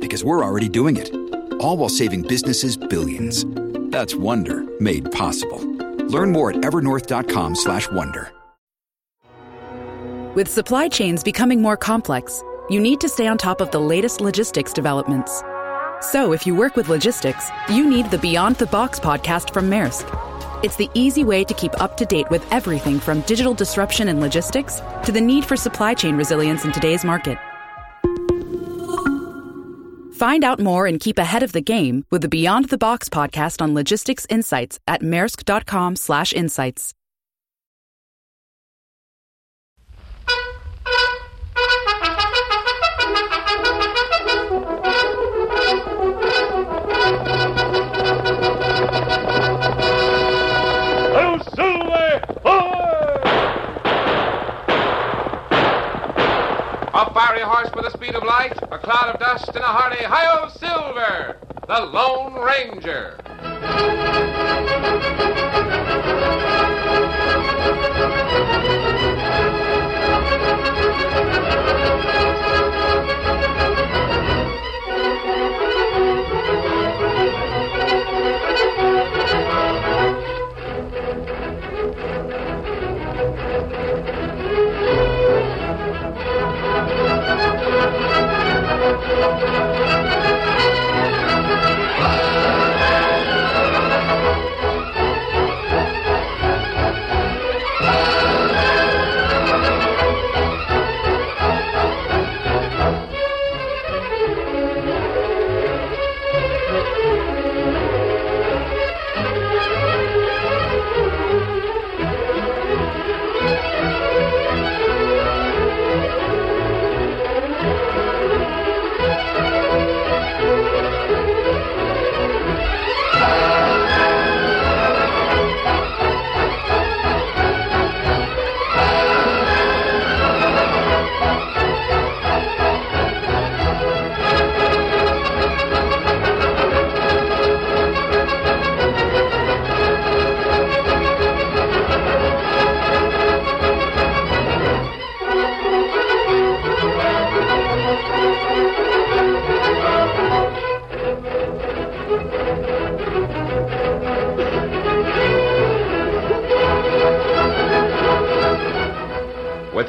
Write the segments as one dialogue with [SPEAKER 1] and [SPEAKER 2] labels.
[SPEAKER 1] Because we're already doing it, all while saving businesses billions. That's Wonder made possible. Learn more at evernorth.com/slash wonder.
[SPEAKER 2] With supply chains becoming more complex, you need to stay on top of the latest logistics developments. So, if you work with logistics, you need the Beyond the Box podcast from Maersk. It's the easy way to keep up to date with everything from digital disruption in logistics to the need for supply chain resilience in today's market. Find out more and keep ahead of the game with the Beyond the Box podcast on logistics insights at maersk.com/insights.
[SPEAKER 3] A fiery horse with the speed of light, a cloud of dust, and a hearty hi-yo silver, the Lone Ranger. With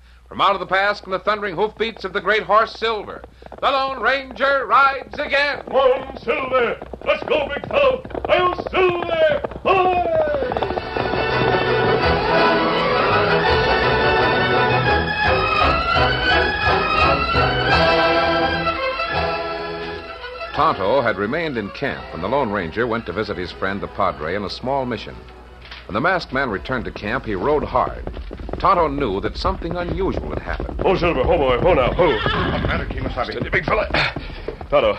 [SPEAKER 3] From out of the past come the thundering hoofbeats of the great horse Silver. The Lone Ranger rides again.
[SPEAKER 4] Come on, Silver! Let's go, big fellow! I'm Silver! Hi!
[SPEAKER 3] Tonto had remained in camp when the Lone Ranger went to visit his friend the Padre on a small mission. When the masked man returned to camp, he rode hard. Tonto knew that something unusual had happened.
[SPEAKER 4] Oh, Silver, oh boy, oh now, oh.
[SPEAKER 5] What matter, Kemosabe?
[SPEAKER 4] Steady, big fella. Tonto,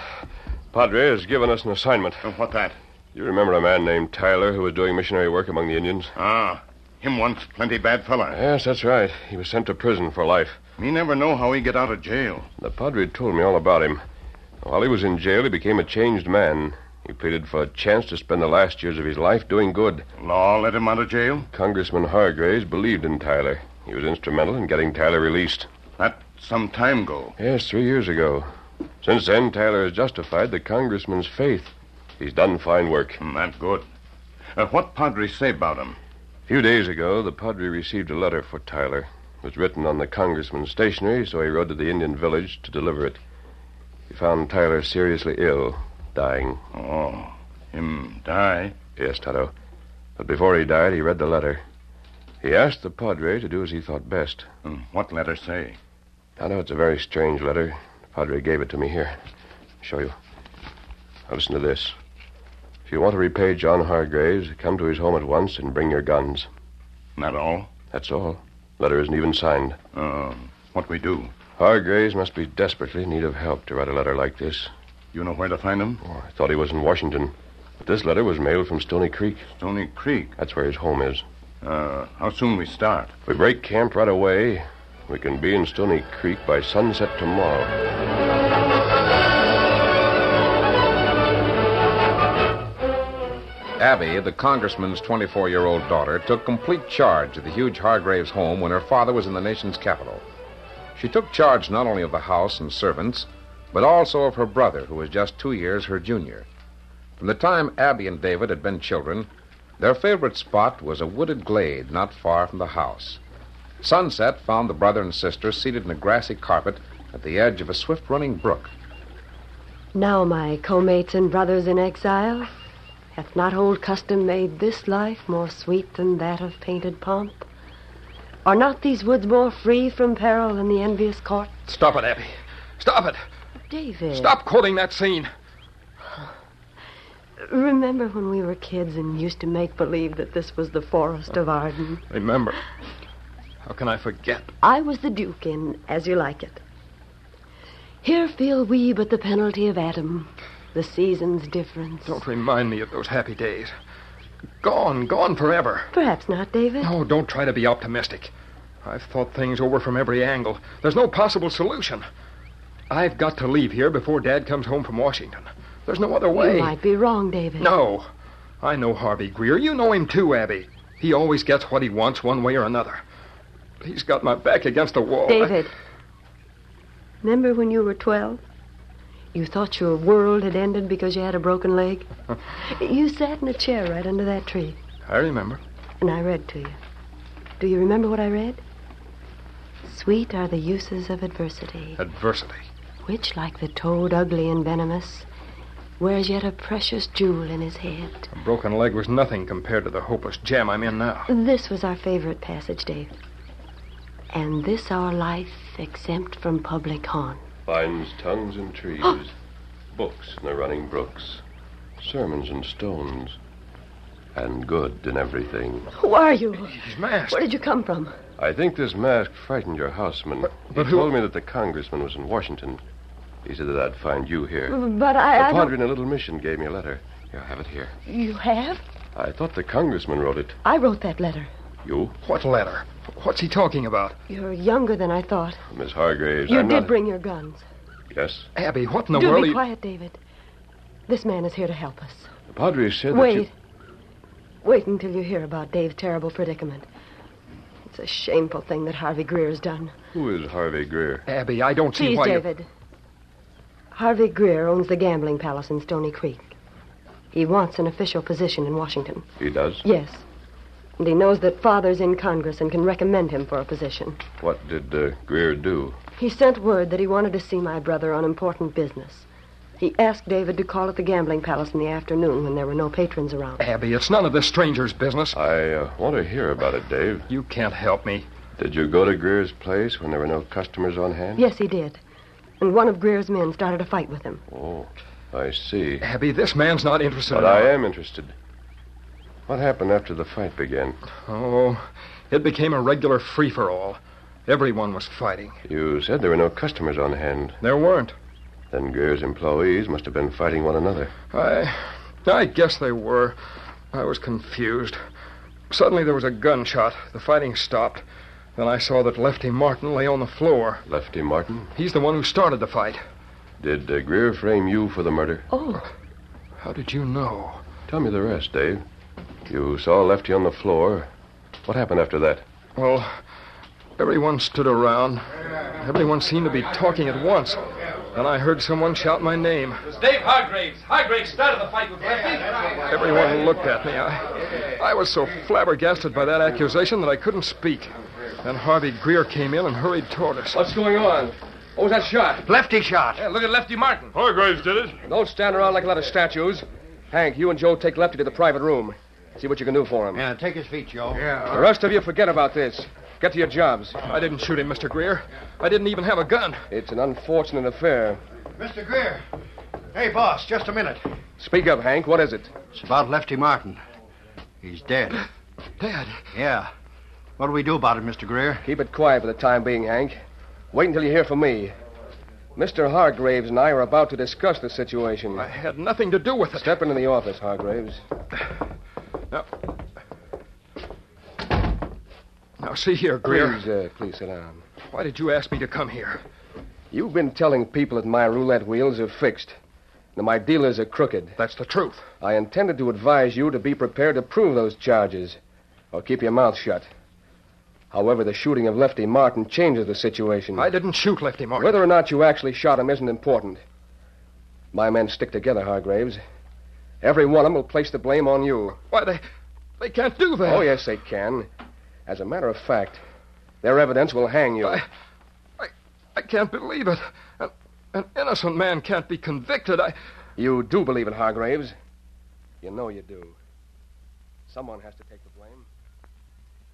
[SPEAKER 4] Padre has given us an assignment.
[SPEAKER 5] Uh, What that?
[SPEAKER 4] You remember a man named Tyler who was doing missionary work among the Indians?
[SPEAKER 5] Ah, him once plenty bad fella.
[SPEAKER 4] Yes, that's right. He was sent to prison for life.
[SPEAKER 5] Me never know how he get out of jail.
[SPEAKER 4] The Padre told me all about him. While he was in jail, he became a changed man. He pleaded for a chance to spend the last years of his life doing good.
[SPEAKER 5] Law let him out of jail?
[SPEAKER 4] Congressman Hargraves believed in Tyler. He was instrumental in getting Tyler released.
[SPEAKER 5] That some time ago.
[SPEAKER 4] Yes, three years ago. Since then, Tyler has justified the congressman's faith. He's done fine work.
[SPEAKER 5] Hmm, That good. Uh, what Padre say about him?
[SPEAKER 4] A few days ago, the Padre received a letter for Tyler. It was written on the congressman's stationery, so he rode to the Indian village to deliver it. He found Tyler seriously ill, dying.
[SPEAKER 5] Oh, him die?
[SPEAKER 4] Yes, Toto. But before he died, he read the letter.
[SPEAKER 6] He asked the Padre to do as he thought best.
[SPEAKER 7] And what letter say?
[SPEAKER 6] I know it's a very strange letter. The Padre gave it to me here. I'll show you. Now listen to this. If you want to repay John Hargraves, come to his home at once and bring your guns.
[SPEAKER 7] Not all?
[SPEAKER 6] That's all. Letter isn't even signed.
[SPEAKER 7] Uh, what we do?
[SPEAKER 6] Hargraves must be desperately in need of help to write a letter like this.
[SPEAKER 7] You know where to find him?
[SPEAKER 6] Oh, I thought he was in Washington. But this letter was mailed from Stony Creek.
[SPEAKER 7] Stony Creek.
[SPEAKER 6] That's where his home is.
[SPEAKER 7] Uh, how soon we start?
[SPEAKER 6] If we break camp right away, we can be in Stony Creek by sunset tomorrow.
[SPEAKER 3] Abby, the congressman's 24 year old daughter, took complete charge of the huge Hargraves home when her father was in the nation's capital. She took charge not only of the house and servants, but also of her brother, who was just two years her junior. From the time Abby and David had been children, their favorite spot was a wooded glade not far from the house. Sunset found the brother and sister seated in a grassy carpet at the edge of a swift running brook.
[SPEAKER 8] Now, my co-mates and brothers in exile, hath not old custom made this life more sweet than that of painted pomp? Are not these woods more free from peril than the envious court?
[SPEAKER 4] Stop it, Abby. Stop it.
[SPEAKER 8] David.
[SPEAKER 4] Stop quoting that scene.
[SPEAKER 8] Remember when we were kids and used to make believe that this was the forest of Arden?
[SPEAKER 4] Remember. How can I forget?
[SPEAKER 8] I was the Duke in As You Like It. Here feel we but the penalty of Adam, the season's difference.
[SPEAKER 4] Don't remind me of those happy days. Gone, gone forever.
[SPEAKER 8] Perhaps not, David.
[SPEAKER 4] No, don't try to be optimistic. I've thought things over from every angle. There's no possible solution. I've got to leave here before Dad comes home from Washington. There's no other way.
[SPEAKER 8] You might be wrong, David.
[SPEAKER 4] No. I know Harvey Greer. You know him too, Abby. He always gets what he wants one way or another. He's got my back against the wall.
[SPEAKER 8] David. Remember when you were 12? You thought your world had ended because you had a broken leg? you sat in a chair right under that tree,
[SPEAKER 4] I, I remember.
[SPEAKER 8] and I read to you. Do you remember what I read? Sweet are the uses of adversity,
[SPEAKER 4] Adversity.
[SPEAKER 8] which, like the toad ugly and venomous, wears yet a precious jewel in his head.
[SPEAKER 4] A broken leg was nothing compared to the hopeless jam I'm in now.
[SPEAKER 8] This was our favorite passage, Dave. And this our life exempt from public harm.
[SPEAKER 6] Vines, tongues, and trees. Books in the running brooks. Sermons and stones. And good in everything.
[SPEAKER 8] Who are you?
[SPEAKER 4] He's masked.
[SPEAKER 8] Where did you come from?
[SPEAKER 6] I think this mask frightened your houseman.
[SPEAKER 4] but
[SPEAKER 6] he
[SPEAKER 4] who-
[SPEAKER 6] told me that the congressman was in Washington. He said that I'd find you here.
[SPEAKER 8] But Mm, I. I
[SPEAKER 6] the
[SPEAKER 8] don't...
[SPEAKER 6] padre in a little mission gave me a letter. Here, have it here.
[SPEAKER 8] You have?
[SPEAKER 6] I thought the congressman wrote it.
[SPEAKER 8] I wrote that letter.
[SPEAKER 6] You,
[SPEAKER 4] What letter? What's he talking about?
[SPEAKER 8] You're younger than I thought.
[SPEAKER 6] Miss Hargraves.
[SPEAKER 8] You
[SPEAKER 6] I'm
[SPEAKER 8] did
[SPEAKER 6] not...
[SPEAKER 8] bring your guns.
[SPEAKER 6] Yes.
[SPEAKER 4] Abby, what in the
[SPEAKER 8] Do
[SPEAKER 4] world?
[SPEAKER 8] be
[SPEAKER 4] you-
[SPEAKER 8] quiet, David. This man is here to help us.
[SPEAKER 6] The padre said
[SPEAKER 8] Wait.
[SPEAKER 6] that you...
[SPEAKER 8] Wait until you hear about Dave's terrible predicament. It's a shameful thing that Harvey Greer has done.
[SPEAKER 6] Who is Harvey Greer?
[SPEAKER 4] Abby, I don't see
[SPEAKER 8] Please,
[SPEAKER 4] why. you-
[SPEAKER 8] David. Harvey Greer owns the gambling palace in Stony Creek. He wants an official position in Washington.
[SPEAKER 6] He does?
[SPEAKER 8] Yes. And he knows that Father's in Congress and can recommend him for a position.
[SPEAKER 6] What did uh, Greer do?
[SPEAKER 8] He sent word that he wanted to see my brother on important business. He asked David to call at the gambling palace in the afternoon when there were no patrons around.
[SPEAKER 4] Abby, it's none of this stranger's business.
[SPEAKER 6] I uh, want to hear about it, Dave.
[SPEAKER 4] You can't help me.
[SPEAKER 6] Did you go to Greer's place when there were no customers on hand?
[SPEAKER 8] Yes, he did. And one of Greer's men started a fight with him.
[SPEAKER 6] Oh, I see.
[SPEAKER 4] Abby, this man's not interested
[SPEAKER 6] But
[SPEAKER 4] at all.
[SPEAKER 6] I am interested. What happened after the fight began?
[SPEAKER 4] Oh, it became a regular free for all. Everyone was fighting.
[SPEAKER 6] You said there were no customers on hand.
[SPEAKER 4] There weren't.
[SPEAKER 6] Then Greer's employees must have been fighting one another.
[SPEAKER 4] I. I guess they were. I was confused. Suddenly there was a gunshot. The fighting stopped. Then I saw that Lefty Martin lay on the floor.
[SPEAKER 6] Lefty Martin,
[SPEAKER 4] He's the one who started the fight.
[SPEAKER 6] did uh, Greer frame you for the murder?
[SPEAKER 4] How did you know?
[SPEAKER 6] Tell me the rest, Dave. You saw Lefty on the floor. What happened after that?
[SPEAKER 4] Well, Oh, everyone stood around. Everyone seemed to be talking at once. Then I heard someone shout my name.
[SPEAKER 9] Dave Hargraves. Hargraves started the fight with Lefty.
[SPEAKER 4] Everyone looked at me. I, I was so flabbergasted by that accusation that I couldn't speak. Then Harvey Greer came in and hurried toward us.
[SPEAKER 9] What's going on? What was that shot?
[SPEAKER 4] Lefty shot.
[SPEAKER 9] Yeah, look at Lefty Martin.
[SPEAKER 7] Hargraves did it.
[SPEAKER 9] Don't stand around like a lot of statues. Hank, you and Joe take Lefty to the private room.
[SPEAKER 6] See what you can do for him.
[SPEAKER 10] Yeah, take his feet, Joe.
[SPEAKER 4] The rest of you forget about this. Get to your jobs. I didn't shoot him, Mr. Greer. I didn't even have a gun.
[SPEAKER 6] It's an unfortunate affair.
[SPEAKER 10] Mr. Greer. Hey, boss, just a minute.
[SPEAKER 6] Speak up, Hank. What is it?
[SPEAKER 10] It's about Lefty Martin. He's dead.
[SPEAKER 4] Dad.
[SPEAKER 10] Yeah. What do we do about it, Mr. Greer?
[SPEAKER 6] Keep it quiet for the time being, Hank. Wait until you hear from me. Mr. Hargraves and I are about to discuss the situation.
[SPEAKER 4] I had nothing to do with it.
[SPEAKER 6] Step into the office, Hargraves.
[SPEAKER 4] Now, now see here, Greer.
[SPEAKER 6] Please, uh, please sit down.
[SPEAKER 4] Why did you ask me to come here?
[SPEAKER 6] You've been telling people that my roulette wheels are fixed, that my dealers are crooked.
[SPEAKER 4] That's the truth.
[SPEAKER 6] I intended to advise you to be prepared to prove those charges, or keep your mouth shut. However, the shooting of Lefty Martin changes the situation.
[SPEAKER 4] I didn't shoot Lefty Martin.
[SPEAKER 6] Whether or not you actually shot him isn't important. My men stick together, Hargraves. Every one of them will place the blame on you.
[SPEAKER 4] Why, they, they can't do that.
[SPEAKER 6] Oh, yes, they can. As a matter of fact, their evidence will hang you.
[SPEAKER 4] I, I, I can't believe it. An, an innocent man can't be convicted. I,
[SPEAKER 6] You do believe it, Hargraves. You know you do. Someone has to take the blame.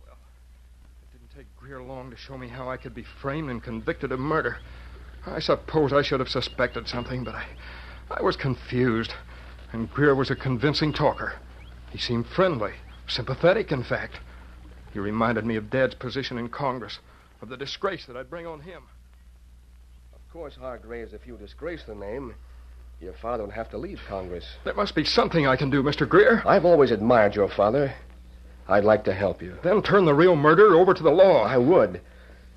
[SPEAKER 4] It didn't take Greer long to show me how I could be framed and convicted of murder. I suppose I should have suspected something, but I, I was confused. And Greer was a convincing talker. He seemed friendly, sympathetic, in fact. He reminded me of Dad's position in Congress, of the disgrace that I'd bring on him.
[SPEAKER 6] Of course, Hargraves, if you disgrace the name, your father will have to leave Congress.
[SPEAKER 4] There must be something I can do, Mr. Greer.
[SPEAKER 6] I've always admired your father. I'd like to help you.
[SPEAKER 4] Then turn the real murderer over to the law.
[SPEAKER 6] I would.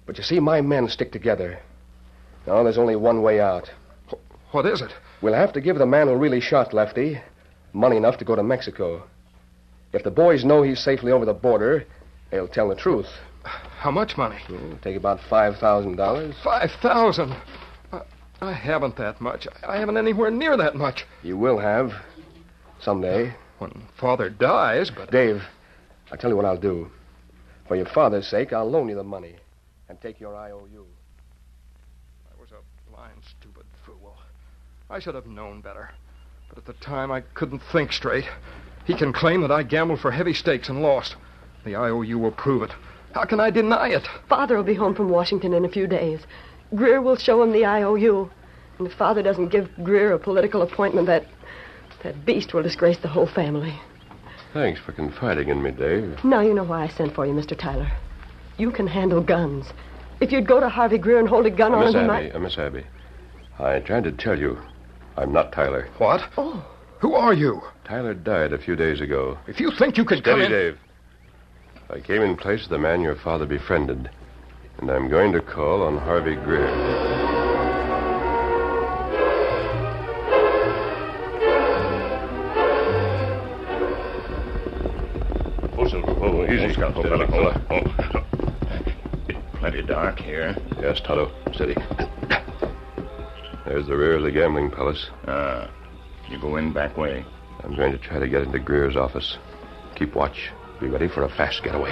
[SPEAKER 6] But you see, my men stick together. Now, there's only one way out.
[SPEAKER 4] What is it?
[SPEAKER 6] We'll have to give the man who really shot Lefty money enough to go to Mexico. If the boys know he's safely over the border, they'll tell the truth.
[SPEAKER 4] How much money?
[SPEAKER 6] It'll take about $5,000.
[SPEAKER 4] Five thousand. I, I haven't that much. I haven't anywhere near that much.
[SPEAKER 6] You will have. Someday.
[SPEAKER 4] When father dies, but
[SPEAKER 6] Dave, I'll tell you what I'll do. For your father's sake, I'll loan you the money and take your IOU.
[SPEAKER 4] I was a blind, stupid fool. I should have known better. But at the time, I couldn't think straight. He can claim that I gambled for heavy stakes and lost. The IOU will prove it. How can I deny it?
[SPEAKER 8] Father will be home from Washington in a few days. Greer will show him the IOU. And if Father doesn't give Greer a political appointment, that, that beast will disgrace the whole family.
[SPEAKER 6] Thanks for confiding in me, Dave.
[SPEAKER 8] Now you know why I sent for you, Mr. Tyler. You can handle guns. If you'd go to Harvey Greer and hold a gun on
[SPEAKER 6] Miss
[SPEAKER 8] him, he
[SPEAKER 6] Abby,
[SPEAKER 8] might...
[SPEAKER 6] uh, Miss Abby, I tried to tell you, I'm not Tyler.
[SPEAKER 4] What?
[SPEAKER 8] Oh.
[SPEAKER 4] Who are you?
[SPEAKER 6] Tyler died a few days ago.
[SPEAKER 4] If you think you can come
[SPEAKER 6] Steady,
[SPEAKER 4] in...
[SPEAKER 6] Dave. I came in place of the man your father befriended, and I'm going to call on Harvey Greer.
[SPEAKER 7] Oh, Silver, whoa, easy.
[SPEAKER 6] Oh, fella, fella.
[SPEAKER 7] Plenty dark here.
[SPEAKER 6] Yes, Toto. Steady. There's the rear of the gambling palace.
[SPEAKER 7] Ah, you go in back way.
[SPEAKER 6] I'm going to try to get into Greer's office. Keep watch. Be ready for a fast getaway.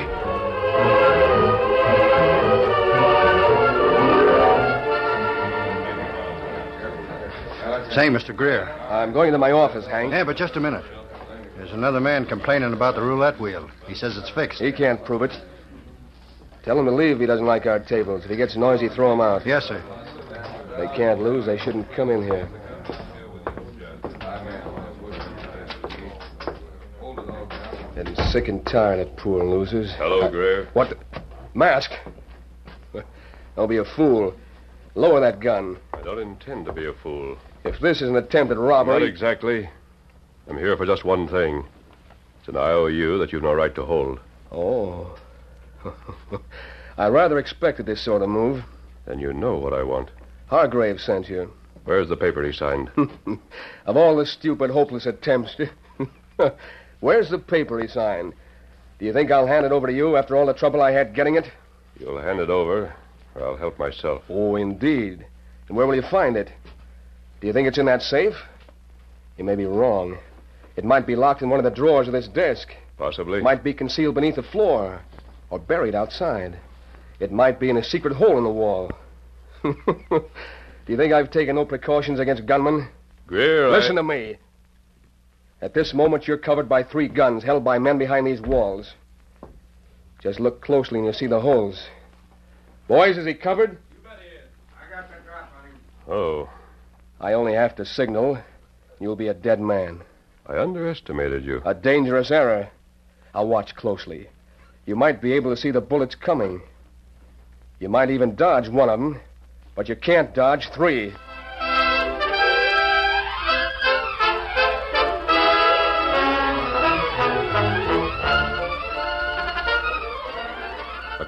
[SPEAKER 10] Say, Mr. Greer.
[SPEAKER 6] I'm going to my office, Hank.
[SPEAKER 10] Yeah, but just a minute. There's another man complaining about the roulette wheel. He says it's fixed.
[SPEAKER 6] He can't prove it. Tell him to leave if he doesn't like our tables. If he gets noisy, throw him out.
[SPEAKER 10] Yes, sir.
[SPEAKER 6] They can't lose. They shouldn't come in here. Getting sick and tired of poor losers. Uh,
[SPEAKER 7] Hello, Greer.
[SPEAKER 6] What? the- Mask? Don't be a fool. Lower that gun.
[SPEAKER 7] I don't intend to be a fool.
[SPEAKER 6] If this is an attempt at robbery.
[SPEAKER 7] Not exactly. I'm here for just one thing. It's an IOU that you've no right to hold.
[SPEAKER 6] Oh. I rather expected this sort of move.
[SPEAKER 7] Then you know what I want.
[SPEAKER 6] Hargrave sent you.
[SPEAKER 7] Where's the paper he signed?
[SPEAKER 6] Of all the stupid, hopeless attempts. Where's the paper he signed? Do you think I'll hand it over to you after all the trouble I had getting it?
[SPEAKER 7] You'll hand it over, or I'll help myself.
[SPEAKER 6] Oh, indeed. And where will you find it? Do you think it's in that safe? You may be wrong. It might be locked in one of the drawers of this desk.
[SPEAKER 7] Possibly.
[SPEAKER 6] It might be concealed beneath the floor or buried outside. It might be in a secret hole in the wall. Do you think I've taken no precautions against gunmen?
[SPEAKER 7] Greer,
[SPEAKER 6] Listen
[SPEAKER 7] I...
[SPEAKER 6] to me.
[SPEAKER 4] At this moment, you're covered by three guns held by men behind these walls. Just look closely and you'll see the holes. Boys, is he covered?
[SPEAKER 11] You bet he is. I got the drop on him.
[SPEAKER 6] Oh.
[SPEAKER 4] I only have to signal. You'll be a dead man.
[SPEAKER 6] I underestimated you.
[SPEAKER 4] A dangerous error. I'll watch closely. You might be able to see the bullets coming. You might even dodge one of them, but you can't dodge three.
[SPEAKER 12] The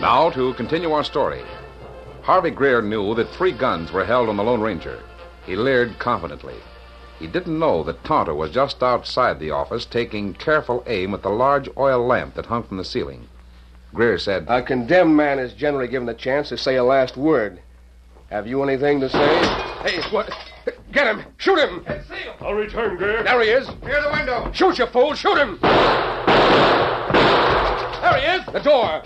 [SPEAKER 12] Now, to continue our story. Harvey Greer knew that three guns were held on the Lone Ranger. He leered confidently. He didn't know that Tonto was just outside the office taking careful aim at the large oil lamp that hung from the ceiling. Greer said,
[SPEAKER 4] A condemned man is generally given the chance to say a last word. Have you anything to say? Hey, what? Get him! Shoot him!
[SPEAKER 6] I'll return, Greer.
[SPEAKER 4] There he is!
[SPEAKER 11] Near the window.
[SPEAKER 4] Shoot, you fool! Shoot him! There he is! The door!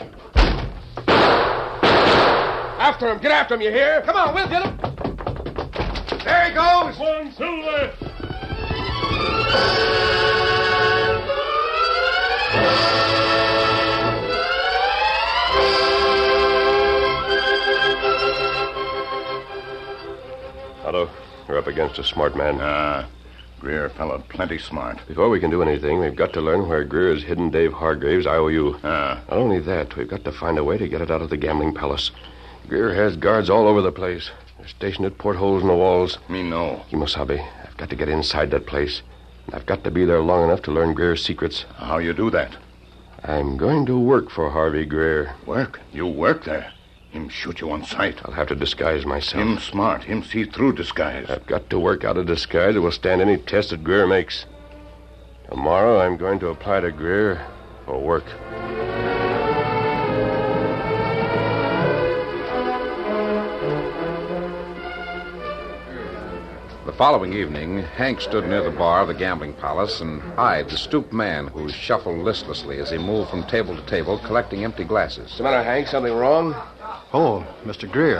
[SPEAKER 4] After him! Get after him, you hear? Come on, we'll get him!
[SPEAKER 11] There he goes.
[SPEAKER 6] One, two, left. Otto, we're up against a smart man.
[SPEAKER 5] Ah, Greer fellow plenty smart.
[SPEAKER 6] Before we can do anything, we've got to learn where Greer has hidden Dave Hargraves' IOU.
[SPEAKER 5] Ah,
[SPEAKER 6] Not only that, we've got to find a way to get it out of the gambling palace. Greer has guards all over the place. They're stationed at portholes in the walls.
[SPEAKER 5] me know.
[SPEAKER 6] Kimosabe, I've got to get inside that place. And I've got to be there long enough to learn Greer's secrets.
[SPEAKER 5] How you do that?
[SPEAKER 6] I'm going to work for Harvey Greer.
[SPEAKER 5] Work. You work there. Him shoot you on sight.
[SPEAKER 6] I'll have to disguise myself.
[SPEAKER 5] Him smart. Him see through disguise.
[SPEAKER 6] I've got to work out a disguise that will stand any test that Greer makes. Tomorrow I'm going to apply to Greer for work.
[SPEAKER 12] The following evening, Hank stood near the bar of the gambling palace and eyed the stooped man who shuffled listlessly as he moved from table to table collecting empty glasses.
[SPEAKER 4] What's the matter, Hank? Something wrong?
[SPEAKER 13] Oh, Mr. Greer.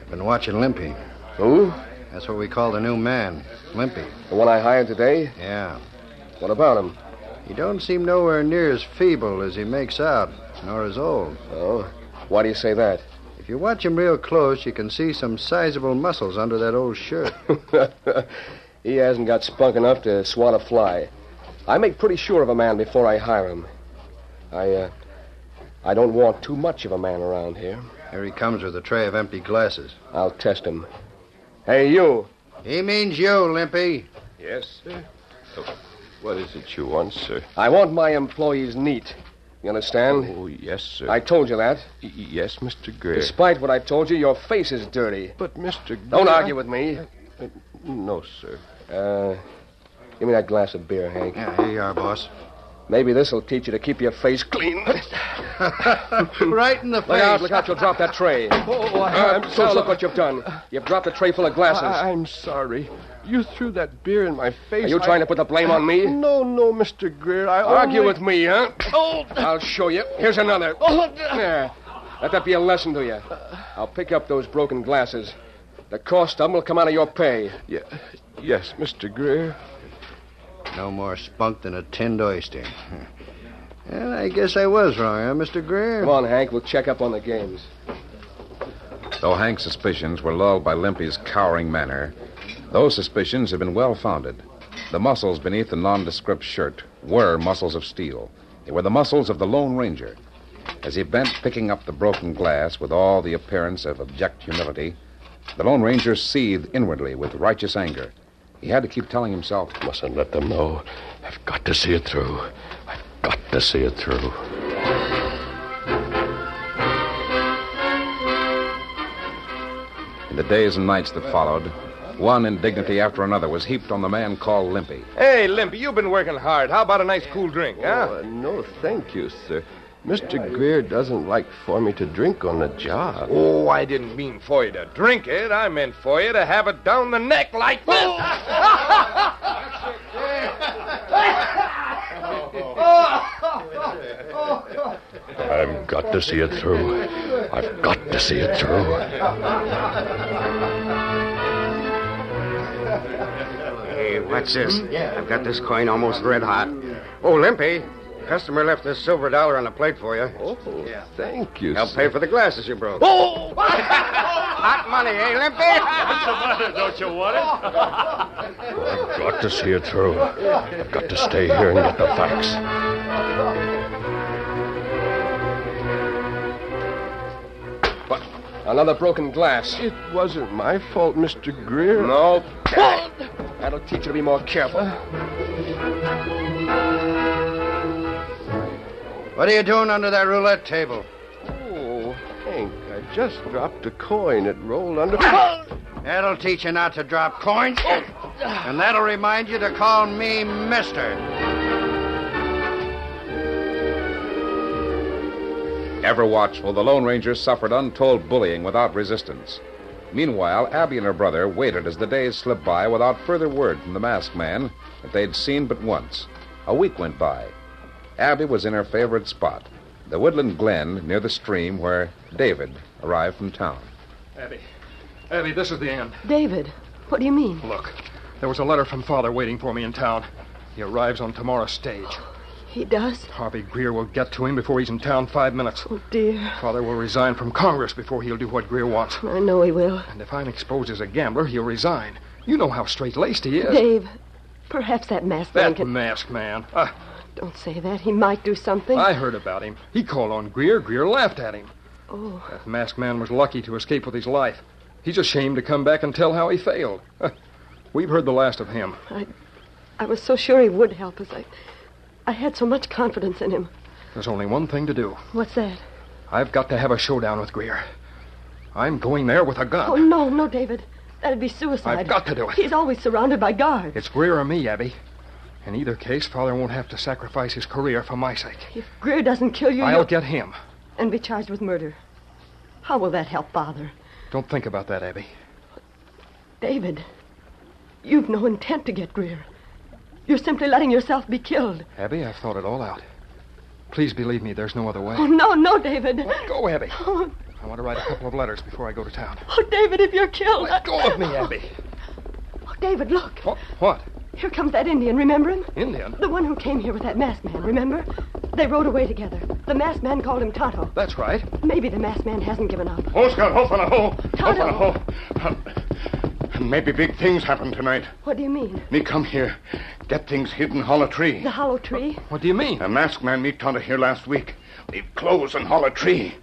[SPEAKER 13] I've been watching Limpy.
[SPEAKER 4] Who?
[SPEAKER 13] That's what we call the new man, Limpy.
[SPEAKER 4] The one I hired today?
[SPEAKER 13] Yeah.
[SPEAKER 4] What about him?
[SPEAKER 13] He don't seem nowhere near as feeble as he makes out, nor as old.
[SPEAKER 4] Oh, why do you say that?
[SPEAKER 13] If you watch him real close, you can see some sizable muscles under that old shirt.
[SPEAKER 4] he hasn't got spunk enough to swat a fly. I make pretty sure of a man before I hire him. I, uh, I don't want too much of a man around here.
[SPEAKER 13] Here he comes with a tray of empty glasses.
[SPEAKER 4] I'll test him. Hey, you.
[SPEAKER 13] He means you, Limpy.
[SPEAKER 6] Yes, sir. what is it you want, sir?
[SPEAKER 4] I want my employees neat. You understand?
[SPEAKER 6] Oh, yes, sir.
[SPEAKER 4] I told you that.
[SPEAKER 6] Y- Yes, Mr. Greer.
[SPEAKER 4] Despite what I told you, your face is dirty.
[SPEAKER 6] But, Mr. Greer.
[SPEAKER 4] Don't argue with me.
[SPEAKER 6] No, sir.
[SPEAKER 4] Uh, give me that glass of beer, Hank.
[SPEAKER 13] Yeah, here you are, boss.
[SPEAKER 4] Maybe this'll teach you to keep your face clean.
[SPEAKER 13] right in the face.
[SPEAKER 4] Look out, look out, you'll drop that tray.
[SPEAKER 6] Oh,
[SPEAKER 4] Uh, now look what you've done. You've dropped a tray full of glasses.
[SPEAKER 6] I, am sorry. You threw that beer in my face.
[SPEAKER 4] Are you trying to put the blame on me?
[SPEAKER 6] No, no, Mr. Greer. I
[SPEAKER 4] Argue
[SPEAKER 6] only...
[SPEAKER 4] with me, huh? Oh. I'll show you. Here's another. There. Let that be a lesson to you. I'll pick up those broken glasses. The cost of them will come out of your pay.
[SPEAKER 6] Ye- Yes, Mr. Greer.
[SPEAKER 13] No more spunk than a tinned oyster.
[SPEAKER 14] Well, I guess I was wrong, huh, Mr. Greer?
[SPEAKER 15] Come on, Hank. We'll check up on the games.
[SPEAKER 16] Though Hank's suspicions were lulled by Limpy's cowering manner, those suspicions had been well founded. The muscles beneath the nondescript shirt were muscles of steel. They were the muscles of the Lone Ranger. As he bent picking up the broken glass with all the appearance of abject humility, the Lone Ranger seethed inwardly with righteous anger. He had to keep telling himself,
[SPEAKER 6] Mustn't let them know. I've got to see it through. I've got to see it through.
[SPEAKER 16] In the days and nights that followed, one indignity after another was heaped on the man called Limpy.
[SPEAKER 5] Hey, Limpy, you've been working hard. How about a nice cool drink, huh?
[SPEAKER 6] Oh, uh, no, thank you, sir. Mr. Greer doesn't like for me to drink on the job.
[SPEAKER 5] Oh, I didn't mean for you to drink it. I meant for you to have it down the neck like this.
[SPEAKER 6] I've got to see it through. I've got to see it through.
[SPEAKER 17] Hey, what's this? I've got this coin almost red hot. Oh, Limpy, customer left this silver dollar on a plate for you.
[SPEAKER 6] Oh, yeah. thank you.
[SPEAKER 17] Help
[SPEAKER 6] sir.
[SPEAKER 17] pay for the glasses you broke.
[SPEAKER 5] Oh!
[SPEAKER 17] hot money, eh, Limpy?
[SPEAKER 5] What's the matter? Don't you want it?
[SPEAKER 6] Well, I've got to see it through. I've got to stay here and get the facts.
[SPEAKER 15] But another broken glass.
[SPEAKER 6] It wasn't my fault, Mr. Greer.
[SPEAKER 15] No. That'll teach you to be more careful.
[SPEAKER 14] What are you doing under that roulette table?
[SPEAKER 6] Oh, Hank, I just dropped a coin. It rolled under.
[SPEAKER 14] that'll teach you not to drop coins. And that'll remind you to call me mister.
[SPEAKER 16] Ever watchful, the Lone Ranger suffered untold bullying without resistance. Meanwhile, Abby and her brother waited as the days slipped by without further word from the masked man that they'd seen but once. A week went by. Abby was in her favorite spot, the woodland glen near the stream where David arrived from town.
[SPEAKER 4] Abby, Abby, this is the end.
[SPEAKER 8] David, what do you mean?
[SPEAKER 4] Look, there was a letter from Father waiting for me in town. He arrives on tomorrow's stage.
[SPEAKER 8] He does?
[SPEAKER 4] Harvey Greer will get to him before he's in town five minutes.
[SPEAKER 8] Oh, dear.
[SPEAKER 4] Father will resign from Congress before he'll do what Greer wants.
[SPEAKER 8] I know he will.
[SPEAKER 4] And if I'm exposed as a gambler, he'll resign. You know how straight laced he is.
[SPEAKER 8] Dave, perhaps that masked
[SPEAKER 4] Uh, that
[SPEAKER 8] man can.
[SPEAKER 4] masked man. Uh,
[SPEAKER 8] Don't say that. He might do something.
[SPEAKER 4] I heard about him. He called on Greer. Greer laughed at him.
[SPEAKER 8] Oh.
[SPEAKER 4] That masked man was lucky to escape with his life. He's ashamed to come back and tell how he failed. Uh, we've heard the last of him.
[SPEAKER 8] I, I was so sure he would help us. I. I had so much confidence in him.
[SPEAKER 4] There's only one thing to do.
[SPEAKER 8] What's that?
[SPEAKER 4] I've got to have a showdown with Greer. I'm going there with a gun.
[SPEAKER 8] Oh, no, no, David. That'd be suicide.
[SPEAKER 4] I've got to do it.
[SPEAKER 8] He's always surrounded by guards.
[SPEAKER 4] It's Greer or me, Abby. In either case, Father won't have to sacrifice his career for my sake.
[SPEAKER 8] If Greer doesn't kill you,
[SPEAKER 4] I'll
[SPEAKER 8] you'll-
[SPEAKER 4] get him.
[SPEAKER 8] And be charged with murder. How will that help Father?
[SPEAKER 4] Don't think about that, Abby.
[SPEAKER 8] David, you've no intent to get Greer. You're simply letting yourself be killed.
[SPEAKER 4] Abby, I've thought it all out. Please believe me, there's no other way.
[SPEAKER 8] Oh, no, no, David.
[SPEAKER 4] Let go, Abby.
[SPEAKER 8] Oh,
[SPEAKER 4] I want to write a couple of letters before I go to town.
[SPEAKER 8] oh, David, if you're killed.
[SPEAKER 4] Let go of me, Abby.
[SPEAKER 8] Oh, David, look.
[SPEAKER 4] What? What?
[SPEAKER 8] Here comes that Indian, remember him?
[SPEAKER 4] Indian?
[SPEAKER 8] The one who came here with that masked man, remember? They rode away together. The masked man called him Tonto.
[SPEAKER 4] That's right.
[SPEAKER 8] Maybe the masked man hasn't given up.
[SPEAKER 5] Who's got hope on a hole?
[SPEAKER 8] Tonto.
[SPEAKER 5] Hope on a hole. Maybe big things happen tonight.
[SPEAKER 8] What do you mean?
[SPEAKER 5] Me come here, get things hidden hollow tree.
[SPEAKER 8] The hollow tree?
[SPEAKER 4] What do you mean?
[SPEAKER 5] A masked man me Tonto here last week. Leave clothes and hollow tree.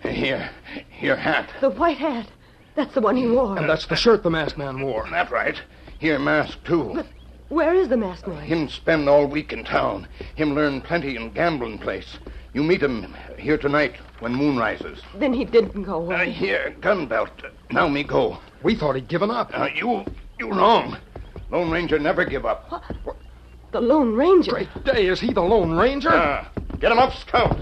[SPEAKER 5] Here, here hat.
[SPEAKER 8] The white hat. That's the one he wore.
[SPEAKER 4] And that's the shirt the masked man wore.
[SPEAKER 5] That right. Here mask too.
[SPEAKER 8] Where is the masked man?
[SPEAKER 5] Him spend all week in town. Him learn plenty in gambling place. You meet him here tonight when moon rises.
[SPEAKER 8] Then he didn't go
[SPEAKER 5] Uh,
[SPEAKER 8] away.
[SPEAKER 5] here, gun belt. Now me go.
[SPEAKER 4] We thought he'd given up.
[SPEAKER 5] Uh, you, you wrong. Lone Ranger never give up.
[SPEAKER 8] The Lone Ranger.
[SPEAKER 4] Great day, is he the Lone Ranger?
[SPEAKER 5] Uh, get him up, Scout.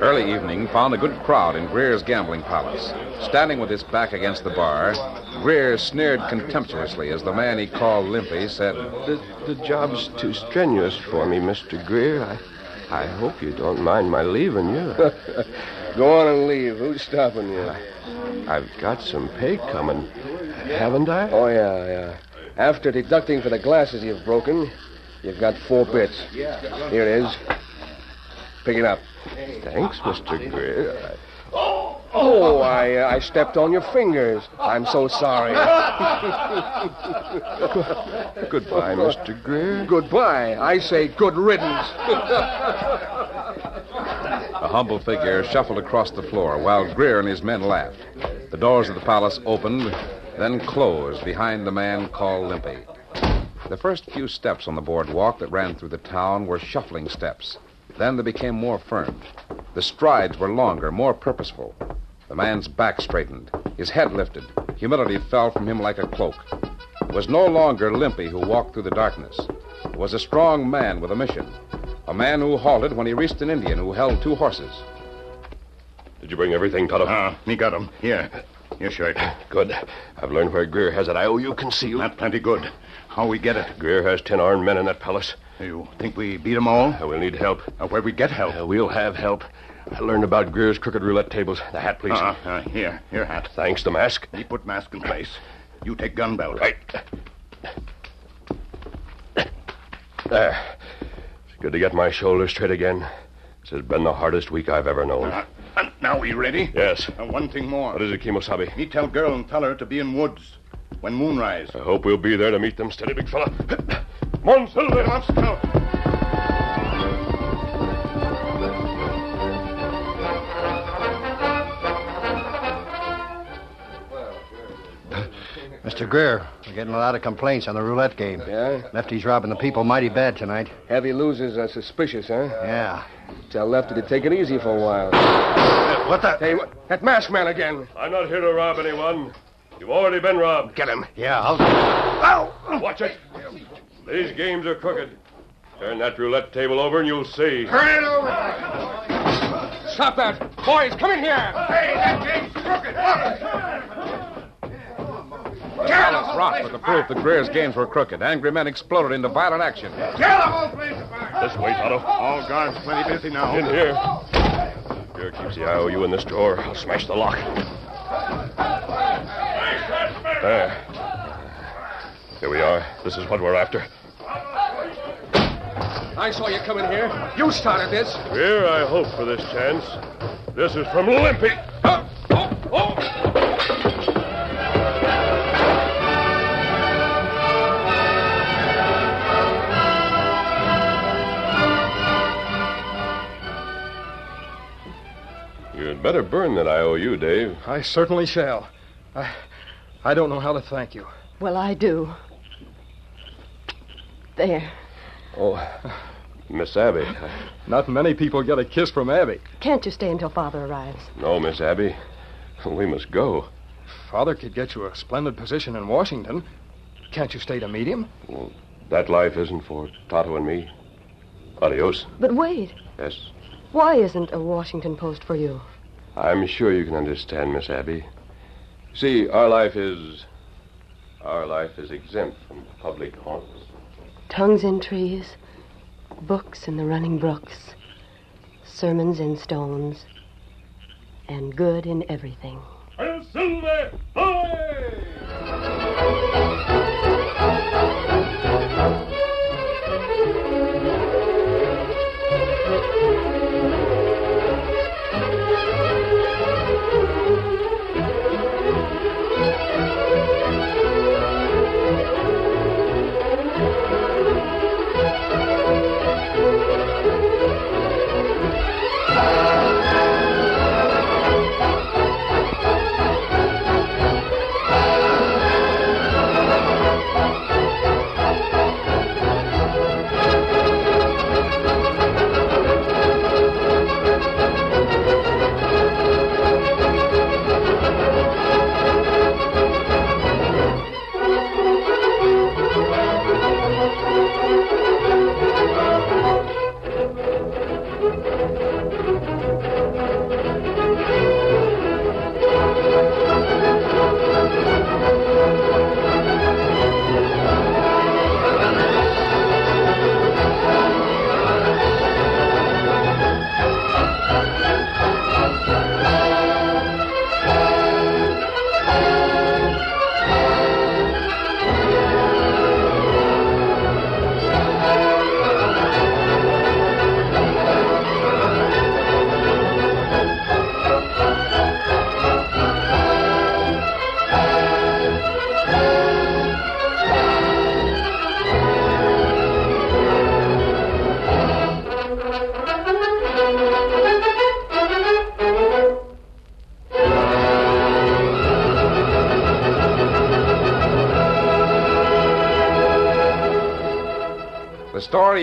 [SPEAKER 16] Early evening found a good crowd in Greer's gambling palace. Standing with his back against the bar, Greer sneered contemptuously as the man he called Limpy said,
[SPEAKER 6] The, the job's too strenuous for me, Mr. Greer. I, I hope you don't mind my leaving you.
[SPEAKER 15] Go on and leave. Who's stopping you?
[SPEAKER 6] I've got some pay coming.
[SPEAKER 18] Haven't I? Oh, yeah, yeah. After deducting for the glasses you've broken, you've got four bits. Here it is. Pick it up.
[SPEAKER 6] Thanks, Mr. Greer.
[SPEAKER 18] Oh, I, uh, I stepped on your fingers. I'm so sorry.
[SPEAKER 15] Oh,
[SPEAKER 6] Goodbye, Mr. Greer.
[SPEAKER 18] Goodbye. I say good riddance.
[SPEAKER 3] A humble figure shuffled across the floor while Greer and his men laughed. The doors of the palace opened, then closed behind the man called Limpy. The first few steps on the boardwalk that ran through the town were shuffling steps. Then they became more firm. The strides were longer, more purposeful. The man's back straightened, his head lifted. Humility fell from him like a cloak. It was no longer Limpy who walked through the darkness. It was a strong man with a mission. A man who halted when he reached an Indian who held two horses.
[SPEAKER 6] Did you bring everything, Tonto?
[SPEAKER 5] Ah, me got 'em. Here. Your shirt.
[SPEAKER 6] Good. I've learned where Greer has it. I owe you concealed.
[SPEAKER 5] Not plenty good. How we get it?
[SPEAKER 6] Greer has ten armed men in that palace.
[SPEAKER 5] You think we beat 'em all?
[SPEAKER 6] Uh, We'll need help.
[SPEAKER 5] Uh, where we get help?
[SPEAKER 6] Uh, we'll have help. I learned about Greer's crooked roulette tables. The hat, please.
[SPEAKER 5] Uh, uh, here, your hat.
[SPEAKER 6] Thanks, the mask.
[SPEAKER 5] Me put mask in place. You take gun belt.
[SPEAKER 6] Right. There. It's good to get my shoulders straight again. This has been the hardest week I've ever known.
[SPEAKER 5] Uh, uh, now we ready?
[SPEAKER 6] yes.
[SPEAKER 5] Uh, one thing more.
[SPEAKER 6] What is it, Kemosabe?
[SPEAKER 5] Me tell girl and feller to be in woods when moonrise.
[SPEAKER 6] I hope we'll be there to meet them. Steady, big fella. Mon Silver!
[SPEAKER 10] Mr. Greer, we're getting a lot of complaints on the roulette game.
[SPEAKER 18] Yeah?
[SPEAKER 10] Lefty's robbing the people mighty bad tonight.
[SPEAKER 18] Heavy losers
[SPEAKER 4] uh,
[SPEAKER 18] are suspicious, huh?
[SPEAKER 10] Yeah.
[SPEAKER 18] Tell Lefty to take it easy for a while.
[SPEAKER 10] What the?
[SPEAKER 18] Hey, what, that masked man again.
[SPEAKER 6] I'm not here to rob anyone. You've already been robbed.
[SPEAKER 19] Get him.
[SPEAKER 10] Yeah, I'll.
[SPEAKER 6] Watch it. These games are crooked. Turn that roulette table over and you'll see.
[SPEAKER 19] Turn it over.
[SPEAKER 18] Stop that. Boys, come in here.
[SPEAKER 19] Hey, that game's crooked.
[SPEAKER 3] The palace rocked with the proof that Greer's games were crooked. Angry men exploded into violent action.
[SPEAKER 6] This way, Toto.
[SPEAKER 5] All guards plenty busy now.
[SPEAKER 6] In here. Here keeps the IOU in this drawer. I'll smash the lock. There. Here we are. This is what we're after.
[SPEAKER 18] I saw you come in here. You started this.
[SPEAKER 6] Here, I hope for this chance. This is from Limpy. You'd better burn that IOU, Dave.
[SPEAKER 4] I certainly shall. I, I don't know how to thank you.
[SPEAKER 8] Well, I do. There.
[SPEAKER 6] Oh, Miss Abby.
[SPEAKER 4] Not many people get a kiss from Abby.
[SPEAKER 8] Can't you stay until Father arrives?
[SPEAKER 6] No, Miss Abby. We must go.
[SPEAKER 4] Father could get you a splendid position in Washington. Can't you stay to meet him?
[SPEAKER 6] Well, that life isn't for Toto and me. Adios.
[SPEAKER 8] But wait.
[SPEAKER 6] Yes.
[SPEAKER 8] Why isn't a Washington Post for you?
[SPEAKER 6] I'm sure you can understand, Miss Abby. See, our life is. Our life is exempt from public haunts.
[SPEAKER 8] Tongues in trees, books in the running brooks, sermons in stones, and good in everything.
[SPEAKER 6] The story